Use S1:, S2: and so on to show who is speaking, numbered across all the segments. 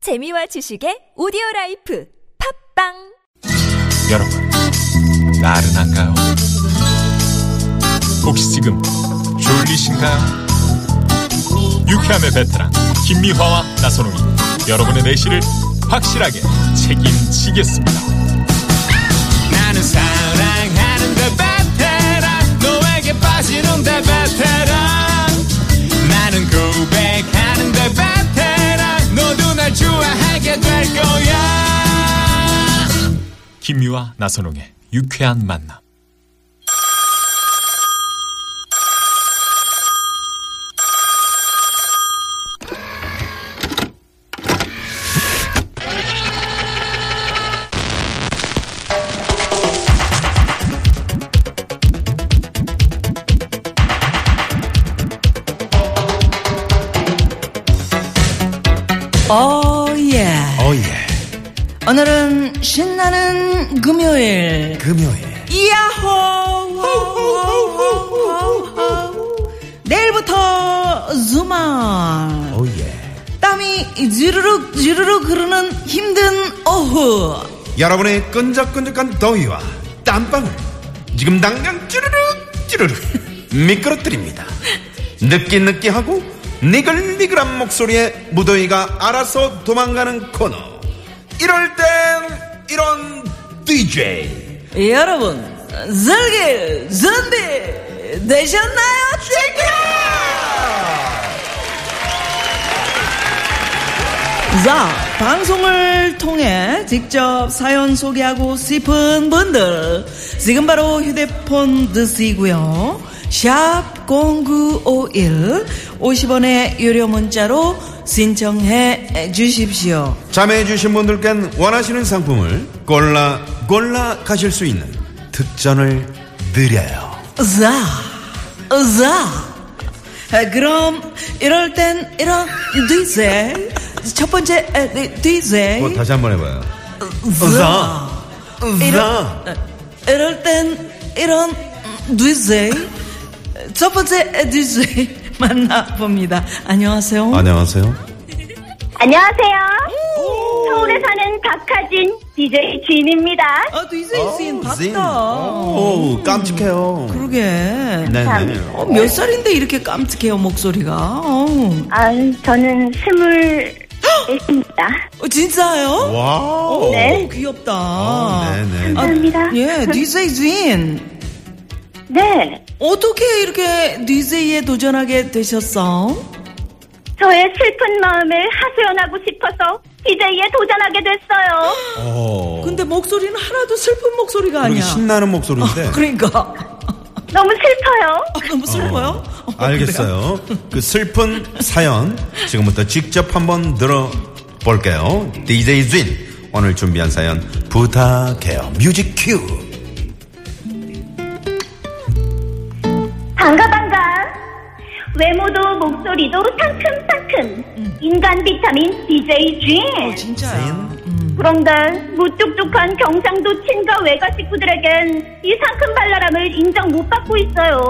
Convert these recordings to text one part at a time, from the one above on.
S1: 재미와 지식의 오디오 라이프 팝빵
S2: 여러분, 나른한가요? 혹시 지금 졸리신가요? 유쾌함의 베테랑 김미화와 나선홍이 여러분의 내실을 확실하게 책임지겠습니다.
S3: 나는 사랑하는데 베테랑 너에게 빠지는데 베테랑 나는 고백하는데 베테랑 너도 날 좋아하게 될 거야
S2: 김미화 나선홍의 유쾌한 만남.
S4: 오예
S5: 어예
S4: Oh, 오늘은 신나는 금요일
S5: 금요일
S4: 야호 내일부터 주말
S5: 어예
S4: 땀이 주르륵 주르륵 흐르는 힘든 오후
S5: 여러분의 끈적끈적한 더위와 땀방울 지금 당장 쭈르륵 쭈르륵 미끄러뜨립니다 느끼느끼하고 니글니글한 목소리에 무더위가 알아서 도망가는 코너 이럴 땐 이런 DJ
S4: 예, 여러분 즐길 준비 되셨나요? 자, 방송을 통해 직접 사연 소개하고 싶은 분들, 지금 바로 휴대폰 드시고요. 샵 0951, 50원의 유료 문자로 신청해 주십시오.
S5: 참여해주신 분들께는 원하시는 상품을 골라 골라 가실 수 있는 특전을 드려요
S4: 자, 자. 아, 그럼, 이럴 땐, 이런, DJ. 첫 번째, 에, DJ.
S5: 그거 어, 다시 한번 해봐요
S4: 자.
S5: 으아.
S4: 이런, 이럴 땐 이런 DJ 첫 번째 DJ 만나봅니다. 안녕하세요.
S5: 아, 네. 안녕하세요
S6: 안녕하세요.
S4: 어,
S6: 서울에 사는 박하진 DJ 진입니다.
S4: 아 DJ 씬
S5: 어, 진.
S4: 봤다.
S5: 음. 오, 깜찍해요.
S4: 그러게.
S5: 네네.
S4: 어, 몇 살인데 이렇게 깜찍해요 목소리가. 어,
S6: 아, 저는 스물 넷입니다.
S4: 어, 진짜요?
S5: 와우. 어, 아,
S6: 네.
S4: 오, 귀엽다.
S5: 네네.
S6: 감사합니다.
S4: 예, DJ 진
S6: 네,
S4: 어떻게 이렇게 DJ에 도전하게 되셨어?
S6: 저의 슬픈 마음을 하소연하고 싶어서 DJ에 도전하게 됐어요.
S5: 어.
S4: 근데 목소리는 하나도 슬픈 목소리가
S5: 되게
S4: 아니야.
S5: 신나는 목소리인데.
S4: 그러니까
S6: 너무 슬퍼요.
S4: 아, 너무 슬퍼요. 어,
S5: 알겠어요. 그 슬픈 사연 지금부터 직접 한번 들어볼게요. DJ 쥔 오늘 준비한 사연 부탁해요. 뮤직 큐.
S6: 반가 반가. 외모도 목소리도
S4: 음.
S6: 상큼상큼. 인간 비타민 DJ
S4: 어,
S6: 진.
S4: 진짜야.
S6: 그런데 무뚝뚝한 경상도 친가 외가 식구들에겐 이 상큼 발랄함을 인정 못 받고 있어요.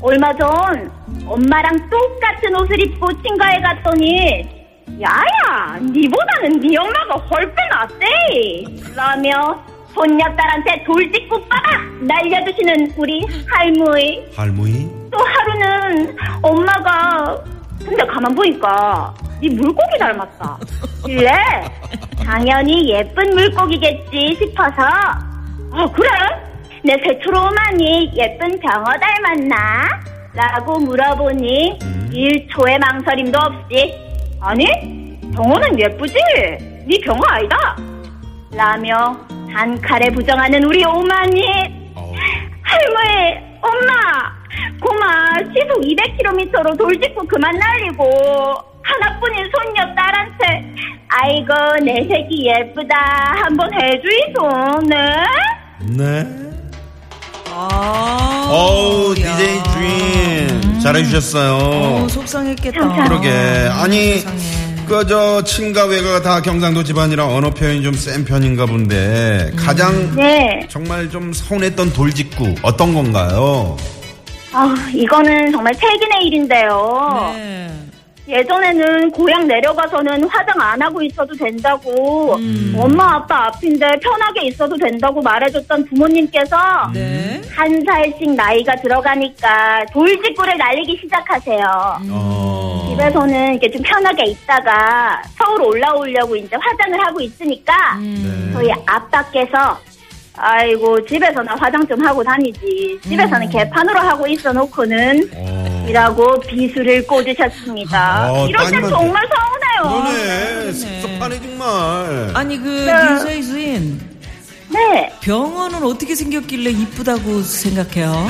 S6: 얼마 전 엄마랑 똑같은 옷을 입고 친가에 갔더니 야야 니보다는 니 엄마가 훨씬 낫대 라며 손녀딸한테 돌직구 빠아 날려주시는 우리 할머니
S5: 할머니.
S6: 또 하루는 엄마가 근데 가만 보니까 네 물고기 닮았다. 일래 당연히 예쁜 물고기겠지 싶어서 어 그래? 내 새초롬하니 예쁜 병어 닮았나? 라고 물어보니 일초의 망설임도 없이 아니 병어는 예쁘지? 네 병어 아니다? 라며 단칼에 부정하는 우리 오마니
S5: 어.
S6: 할머니, 엄마, 고마, 시속 200km로 돌직구 그만 날리고, 하나뿐인 손녀 딸한테, 아이고, 내 새끼 예쁘다. 한번 해주이소, 네?
S5: 네.
S4: 아.
S5: 어우,
S4: 야.
S5: DJ 쥔 잘해주셨어요.
S4: 어, 속상했겠다.
S5: 그러게 아니
S4: 세상에.
S5: 그 저 친가 외가가 다 경상도 집안이라 언어 표현이 좀 센 편인가 본데 가장
S6: 네.
S5: 정말 좀 서운했던 돌직구 어떤 건가요?
S6: 아 이거는 정말 세기의 일인데요.
S4: 네.
S6: 예전에는 고향 내려가서는 화장 안 하고 있어도 된다고
S4: 음.
S6: 엄마 아빠 앞인데 편하게 있어도 된다고 말해줬던 부모님께서
S5: 음?
S4: 네.
S6: 한 살씩 나이가 들어가니까 돌직구를 날리기 시작하세요.
S5: 어.
S6: 집에서는 이게 좀 편하게 있다가 서울 올라오려고 이제 화장을 하고 있으니까 저희
S5: 네.
S6: 아빠께서 아이고 집에서나 화장 좀 하고 다니지 집에서는
S5: 음.
S6: 개판으로 하고 있어 놓고는
S5: 어.
S6: 이라고 비수를 꽂으셨습니다.
S5: 어,
S6: 이럴 땐
S5: 따님한테.
S6: 정말 서운해요.
S5: 그러네. 섭섭하네, 정말.
S4: 어. 아니 그
S6: 네.
S4: 김서희 주인
S6: 네,
S4: 병원은 어떻게 생겼길래 이쁘다고 생각해요?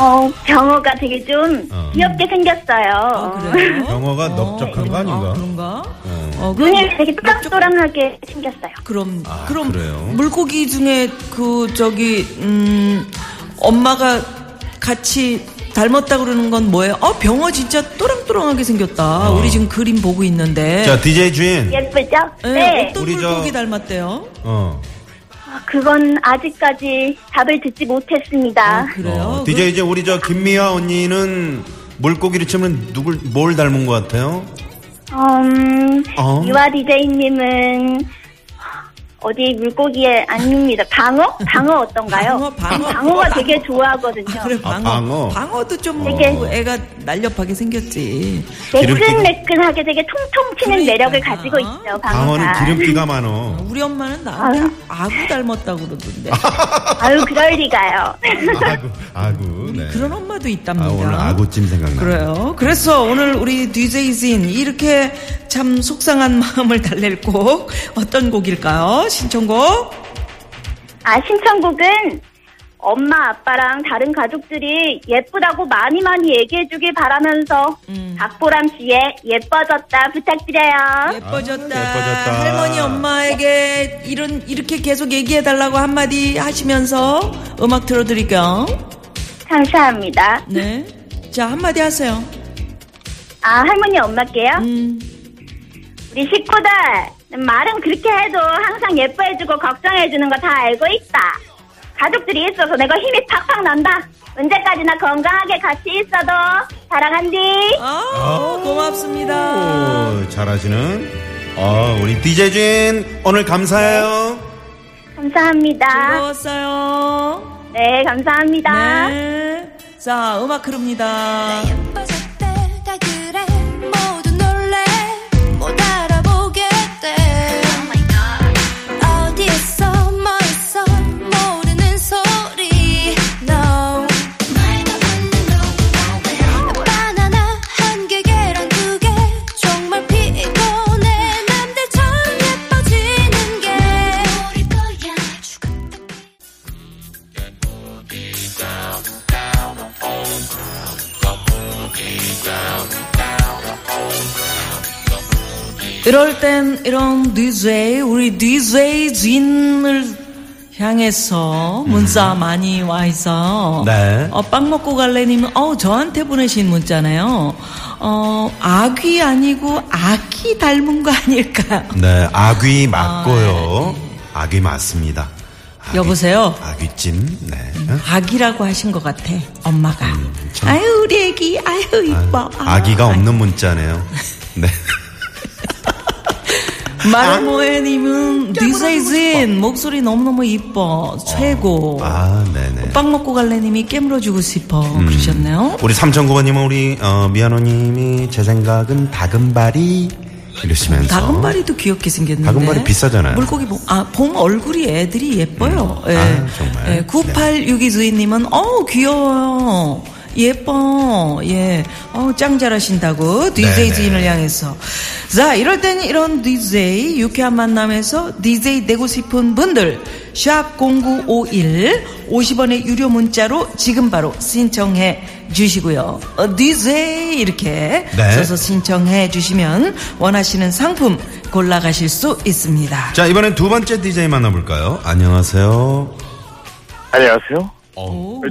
S6: 어, 병호가 되게 좀
S5: 어.
S6: 귀엽게 생겼어요.
S4: 아, 그래요?
S5: 영어가
S4: 어,
S5: 넓적한 거 아닌가?
S4: 아, 그런가?
S5: 어.
S4: 어, 그럼
S6: 눈이 네, 되게 또랑또랑하게 생겼어요.
S4: 그럼
S5: 아,
S4: 그럼
S5: 그래요?
S4: 물고기 중에 그 저기 음 엄마가 같이 닮았다 그러는 건 뭐예요? 어 병어 진짜 또랑또랑하게 생겼다. 우리 지금 그림 보고 있는데.
S5: 아. 자, DJ 주인.
S6: 예쁘죠?
S4: 네. 예,
S6: 네.
S4: 어떤
S5: 우리 저-
S4: 물고기 닮았대요?
S5: 어.
S6: 아, 그건 아직까지 답을 듣지 못했습니다.
S4: 아, 그래요?
S5: 어, DJ 이제 우리 저 김미화 언니는 물고기를 치면 누굴 뭘 닮은 것 같아요?
S4: 그-
S6: 음,
S5: 어?
S6: 유아 디제이님은 어디 물고기에 아닙니다. 방어? 방어 어떤가요?
S4: 방어, 방어.
S6: 가 되게 좋아하거든요.
S4: 아, 그래
S5: 아,
S4: 방어.
S5: 방어.
S4: 도좀
S6: 되게-
S4: 뭐 애가 날렵하게 생겼지.
S5: 기름기가-
S6: 매끈매끈하게 되게 통통 튀는
S4: 그러니까.
S6: 매력을 가지고 있죠.
S5: 방어는
S6: 방어가.
S5: 기름기가 많어.
S4: 우리 엄마는 나한테 아구 닮았다고 그러던데.
S6: 아유 그럴 리가요.
S5: 아구, 아구. 네.
S4: 그런 엄마도
S5: 아,
S4: 있답니다.
S5: 오늘 아구찜 생각나.
S4: 그래요. 그래서 오늘 우리 DJ진 이렇게 참 속상한 마음을 달랠 곡 어떤 곡일까요? 신청곡?
S6: 아 신청곡은 엄마 아빠랑 다른 가족들이 예쁘다고 많이 많이 얘기해주길 바라면서
S4: 음.
S6: 박보람 씨의 예뻐졌다 부탁드려요.
S4: 예뻐졌다.
S5: 예뻐졌다.
S4: 할머니 엄마에게 이런 이렇게 계속 얘기해 달라고 한마디 하시면서 음악 들어드릴게요.
S6: 감사합니다.
S4: 네. 자 한마디 하세요.
S6: 아 할머니 엄마께요.
S4: 음.
S6: 우리 식구들 말은 그렇게 해도 항상 예뻐해주고 걱정해주는 거 다 알고 있다. 가족들이 있어서 내가 힘이 팍팍 난다. 언제까지나 건강하게 같이 있어도 사랑한디.
S4: 아 고맙습니다.
S5: 오, 잘하시는. 아, 우리 DJ 주인 오늘 감사해요.
S6: 감사합니다.
S4: 즐거웠어요.
S6: 네 감사합니다.
S4: 네. 자 음악 흐릅니다.
S7: 예뻐졌대 다 그래 모두 놀래 못 알아보겠대 Oh 어디 있어 뭐 있어 모르는 소리 No 말도 안 되는 바나나 한 개 계란 두 개 정말 피곤해 남들처럼 예뻐지는 게 모를 거야 죽었던
S4: 이럴 땐 이런 DJ 우리 DJ 진을 향해서 문자 많이 와 있어.
S5: 음. 네.
S4: 어, 빵 먹고 갈래님은 어 저한테 보내신 문자네요. 어 아귀 아니고 아기 닮은 거 아닐까?
S5: 네, 아귀 맞고요. 아귀 맞습니다. 아귀-
S4: 네. 여보세요?
S5: 아귀찜, 네.
S4: 아기라고 하신 것 같아 엄마가.
S5: 음, 참.
S4: 아유 우리 애기 아유 이뻐. 아,
S5: 아기가 없는 문자네요. 네. 아!
S4: 마르모에님은 DJ 진 목소리 너무너무 이뻐 최고.
S5: 아, 네네.
S4: 그 빵 먹고 갈래님이 깨물어주고 싶어 그러셨네요.
S5: 우리 3009번님은 우리 어, 미아노님이 제 생각은 다금바리 이러시면서
S4: 다금바리도 귀엽게 생겼는데.
S5: 다금바리 비싸잖아요.
S4: 물고기 봉, 아, 봉 얼굴이 애들이 예뻐요.
S5: 음.
S4: 예.
S5: 아, 정말. 네.
S4: 예, 9862 주인님은, 어 귀여워요. 예뻐. 예. 어, 짱 잘하신다고. DJ
S5: 네네.
S4: 주인을 향해서. 자, 이럴 땐 이런 DJ, 유쾌한 만남에서 DJ 되고 싶은 분들, 샵0951, 50원의 유료 문자로 지금 바로 신청해 주시고요. 어, DJ 이렇게
S5: 네.
S4: 써서 신청해 주시면 원하시는 상품 골라 가실 수 있습니다.
S5: 자 이번엔 두 번째 DJ 만나볼까요? 안녕하세요.
S8: 안녕하세요.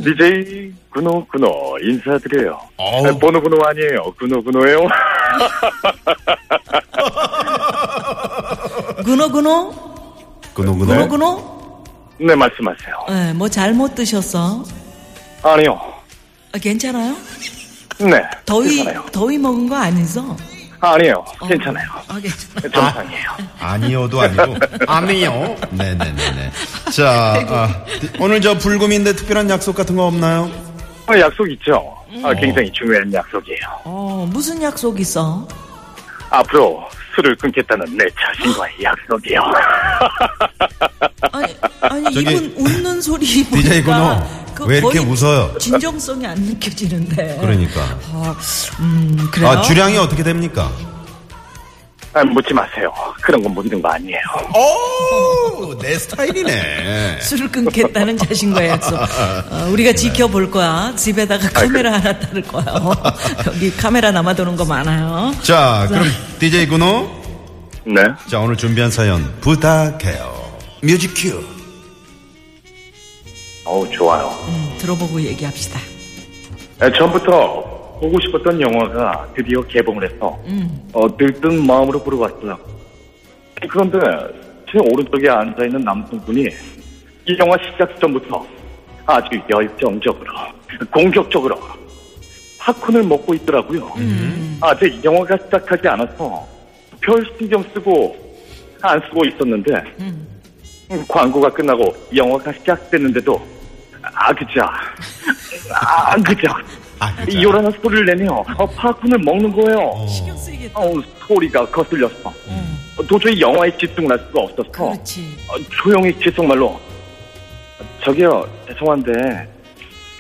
S8: DJ 군호 군호 인사드려요.
S5: 어우.
S8: 아, 번호 군호 아니에요. 군호 군호예요.
S4: 그노그노
S5: 그노그노.
S4: 그노그노
S8: 네 말씀하세요.
S4: 네, 뭐 잘못 드셨어?
S8: 아니요.
S4: 아, 괜찮아요?
S8: 네.
S4: 더위
S8: 괜찮아요.
S4: 더위 먹은 거 아니죠?
S8: 아, 아니에요. 괜찮아요.
S4: 아, 괜찮아.
S8: 정상이에요.
S5: 아니요도 아니고 아니요. 네네네네. 자 아, 오늘 저 불금인데 특별한 약속 같은 거 없나요?
S8: 아, 약속 있죠? 아, 굉장히 중요한 약속이에요.
S4: 어, 무슨 약속 있어?
S8: 앞으로 술을 끊겠다는 내 자신과의 약속이요.
S4: 아니, 아니
S5: 저기,
S4: 이분 웃는 소리 보니까
S5: DJ 군호
S4: 그
S5: 왜 이렇게
S4: 거의
S5: 웃어요?
S4: 진정성이 안 느껴지는데.
S5: 그러니까.
S4: 아, 음, 그래요.
S5: 아 주량이 어떻게 됩니까?
S8: 아, 묻지 마세요. 그런 건 묻는 거 아니에요.
S5: 오, 내 스타일이네.
S4: 술을 끊겠다는 자신과의 약속. 어,
S5: 네.
S4: 우리가 지켜볼 거야. 집에다가 카메라 하나 따를 거야. 어, 여기 카메라 남아도는 거 많아요.
S5: 자, 그럼 DJ 군호.
S8: 네.
S5: 자, 오늘 준비한 사연 부탁해요. 뮤직 큐.
S8: 어우, 좋아요.
S4: 음, 들어보고 얘기합시다.
S8: 아, 전부터 보고 싶었던 영화가 드디어 개봉을 해서
S4: 음.
S5: 음.
S8: 어, 들뜬 마음으로 보러 갔어요. 그런데 제 오른쪽에 앉아있는 남성분이 이 영화 시작 전부터 아주 열정적으로 공격적으로 팝콘을 먹고 있더라고요. 아직 이 영화가 시작하지 않아서 별 신경 쓰고 안 쓰고 있었는데 음, 광고가 끝나고 영화가 시작됐는데도 아 그자 아 그자
S5: 아, 그자.
S8: 요란한 소리를 내며 어, 팝콘을 먹는 거예요.
S4: 신경 쓰이겠다.
S8: 어, 소리가 거슬렸어. 어, 도저히 영화에 집중할 수가 없었어.
S4: 음. 그렇지.
S8: 어, 조용히 계속말로 저기요 죄송한데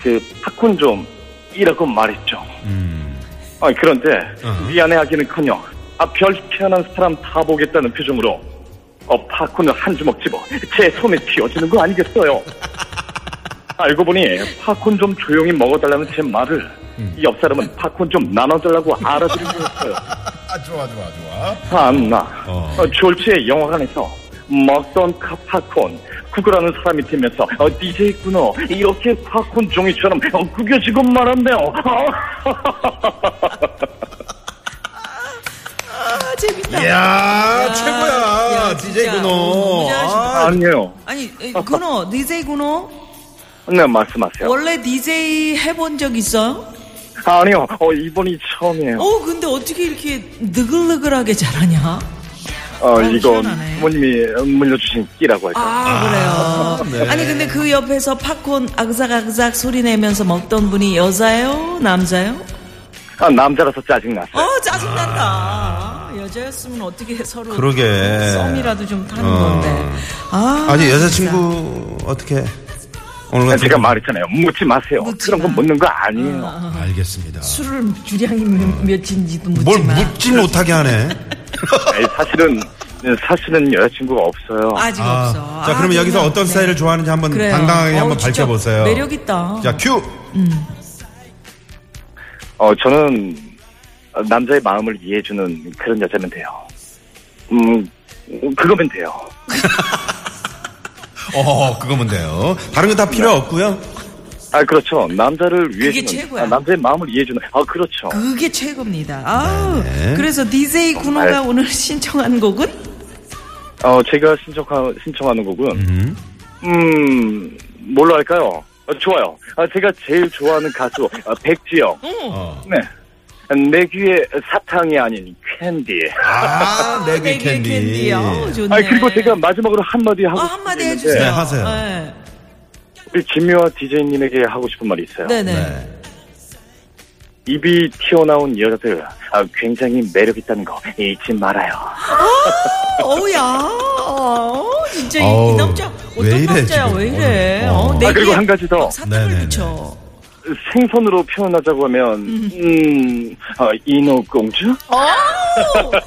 S8: 그 팝콘 좀 이라고 말했죠.
S5: 음.
S8: 아, 그런데
S5: 어.
S8: 미안해하기는커녕 아, 별 희한한 사람 다 보겠다는 표정으로 어, 팝콘을 한 주먹 집어 제 손에 쥐어주는 거 아니겠어요? 알고 보니 팝콘 좀 조용히 먹어달라는 제 말을
S5: 음.
S8: 옆 사람은 팝콘 좀 나눠달라고 알아들은 거였어요.
S5: 아, 좋아, 좋아, 좋아.
S8: 참나
S5: 어.
S8: 어, 졸지에 영화관에서 먹던 카 팝콘 구글하는 사람이 되면서 어, DJ 구너 이렇게 팝콘 종이처럼 어, 구겨지고 말았네요. 어.
S4: 아, 재밌다.
S5: 이야, 아, 최고야.
S4: 아, 야,
S5: DJ
S4: 진짜. 어,
S5: 군호.
S4: 너무 잘하신다.
S5: 아,
S8: 아니에요.
S4: 아니, 에, 군호, DJ 군호,
S8: 네 말씀하세요.
S4: 원래 DJ 해본 적 있어요?
S8: 아니요, 어, 이번이 처음이에요.
S4: 어, 근데 어떻게 이렇게 느글느글하게 잘하냐?
S8: 어,
S4: 아,
S8: 이건
S4: 희한하네.
S8: 부모님이 물려주신 끼라고 할까. 요
S4: 아, 그래요.
S5: 네.
S4: 아니, 근데 그 옆에서 팝콘 아그작아그작 소리 내면서 먹던 분이 여자예요? 남자예요?
S8: 아, 남자라서 짜증났어요.
S4: 어, 짜증난다. 여자였으면 어떻게 서로
S5: 아. 그러게.
S4: 썸이라도 좀 타는
S5: 어.
S4: 건데. 아,
S5: 아니, 여자친구, 어떻게. 오늘
S8: 아,
S5: 같은
S8: 제가
S5: 날-
S8: 말했잖아요. 묻지 마세요.
S4: 어? 묻지
S8: 그런 건
S4: 마.
S8: 묻는 거 아니에요.
S5: 알겠습니다.
S4: 술을 주량이 몇- 몇인지도 묻지
S5: 뭘
S4: 마.
S5: 묻지 못하게 하네.
S8: 아니, 사실은 사실은 여자친구가 없어요.
S4: 아직
S5: 아,
S4: 없어.
S5: 자, 그러면
S4: 아,
S5: 여기서
S4: 그러면
S5: 어떤
S4: 네.
S5: 스타일을 좋아하는지 한번
S4: 그래요.
S5: 당당하게
S4: 어우,
S5: 한번
S4: 진짜
S5: 밝혀보세요.
S4: 매력 있다.
S5: 자, 큐.
S8: 어, 저는 남자의 마음을 이해해주는 그런 여자면 돼요. 음, 그거면 돼요.
S5: 어, 그거 뭔데요? 다른 거 다 필요 없고요.
S8: 아, 그렇죠. 남자를 위해주는.
S4: 최고야.
S8: 아, 남자의 마음을 이해해주는. 아, 그렇죠.
S4: 그게 최고입니다. 아우.
S5: 네네.
S4: 그래서 DJ 군호가
S8: 정말.
S4: 오늘 신청한 곡은
S8: 어, 제가 신청하, 신청하는 곡은,
S5: 음.
S8: 음, 뭘로 할까요? 어, 좋아요. 아, 제가 제일 좋아하는 가수, 어, 백지영.
S5: 어.
S8: 네. 내 귀에 사탕이 아닌 캔디.
S5: 아, 내귀 캔디.
S4: 아우, 어, 좋네.
S8: 아, 그리고 제가 마지막으로 한마디 하고
S4: 아,
S8: 싶은
S4: 한마디
S8: 게
S4: 해주세요.
S8: 있는데,
S5: 네, 하세요.
S4: 네.
S8: 우리 김미화 DJ님에게 하고 싶은 말이 있어요.
S4: 네네.
S5: 네.
S8: 입이 튀어나온 여자들, 아, 굉장히 매력 있다는 거 잊지 말아요.
S4: 어우야. 어, 진짜 이, 이
S5: 어우,
S4: 남자 어떤
S5: 왜 이래,
S4: 남자야
S5: 지금.
S4: 왜 이래?
S5: 어.
S4: 어,
S5: 아,
S4: 내
S8: 아, 그리고
S4: 귀에
S8: 한 가지 더
S4: 막 사탕을
S5: 네네네.
S4: 붙여.
S8: 생선으로 표현하자고 하면, 음, 어, 인어공주?
S4: 어,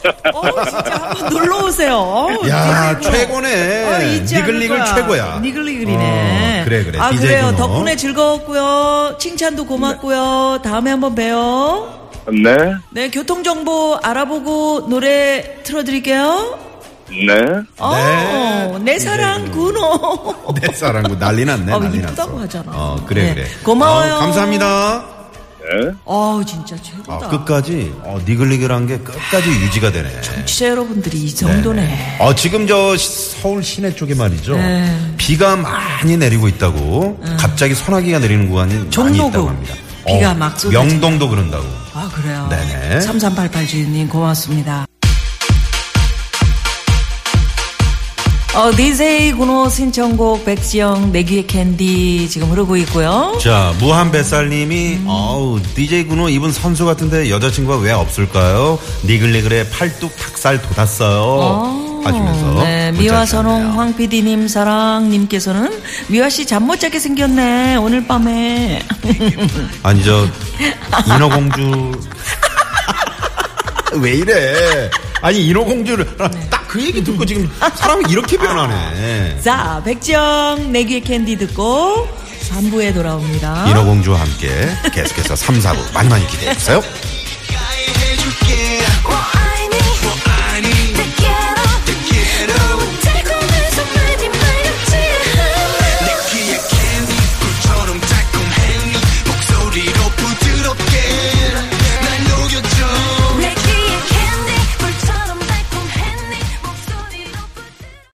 S4: 진짜 한번 놀러 오세요. 어우,
S5: 야,
S4: DJ 군호. 어,
S5: 최고네.
S4: 잊지 않을
S5: 예, 니글니글
S4: 거야.
S5: 최고야.
S4: 니글니글이네.
S5: 어, 그래, 그래.
S4: 아,
S5: DJ
S4: 그래요.
S5: 군호.
S4: 덕분에 즐거웠고요. 칭찬도 고맙고요. 다음에 한번 봬요.
S8: 네,
S4: 네, 교통정보 알아보고 노래 틀어드릴게요.
S8: 네.
S5: 네.
S4: 어, 내 사랑 군호.
S5: 내 사랑구 난리 났네,
S4: 어,
S5: 난리 났어.
S4: 이쁘다고 하잖아.
S5: 어, 그래,
S4: 네.
S5: 그래.
S4: 고마워요.
S5: 어, 감사합니다.
S4: 어우, 진짜
S5: 아,
S4: 최고다.
S5: 끝까지, 어, 니글니글한 게 끝까지 유지가 되네.
S4: 취재 여러분들이 이 정도네.
S5: 어, 지금 저 시- 서울 시내 쪽에 말이죠.
S4: 네.
S5: 비가 많이 내리고 있다고 갑자기 소나기가 내리는 구간이 많이
S4: 종로구.
S5: 있다고 합니다.
S4: 비가
S5: 어,
S4: 막 쏟아져.
S5: 명동도 그런다고.
S4: 아, 그래요?
S5: 네네.
S4: 3388 주인님, 고맙습니다. 어, 니세이 군호 신청곡 백지영 내 귀의 캔디 지금 흐르고 있고요.
S5: 자, 무한뱃살님이, 어우, DJ 군호 이분 선수 같은데 여자친구가 왜 없을까요? 니글니글에 팔뚝 탁살 돋았어요. 하시면서.
S4: 네,
S5: 문자
S4: 미화
S5: 주셨네요.
S4: 선홍 황 PD님 사랑님께서는 미화 씨 잠 못 자게 생겼네 오늘 밤에
S5: 아니, 저, 인어공주. 왜 이래? 아니, 인어공주를
S4: 네.
S5: 딱 그 얘기 듣고 지금 사람이 이렇게 변하네.
S4: 자 백지영 내 귀의 캔디 듣고 3부에 돌아옵니다.
S5: 인어공주와 함께 계속해서 3, 4부 많이 많이 기대해주세요.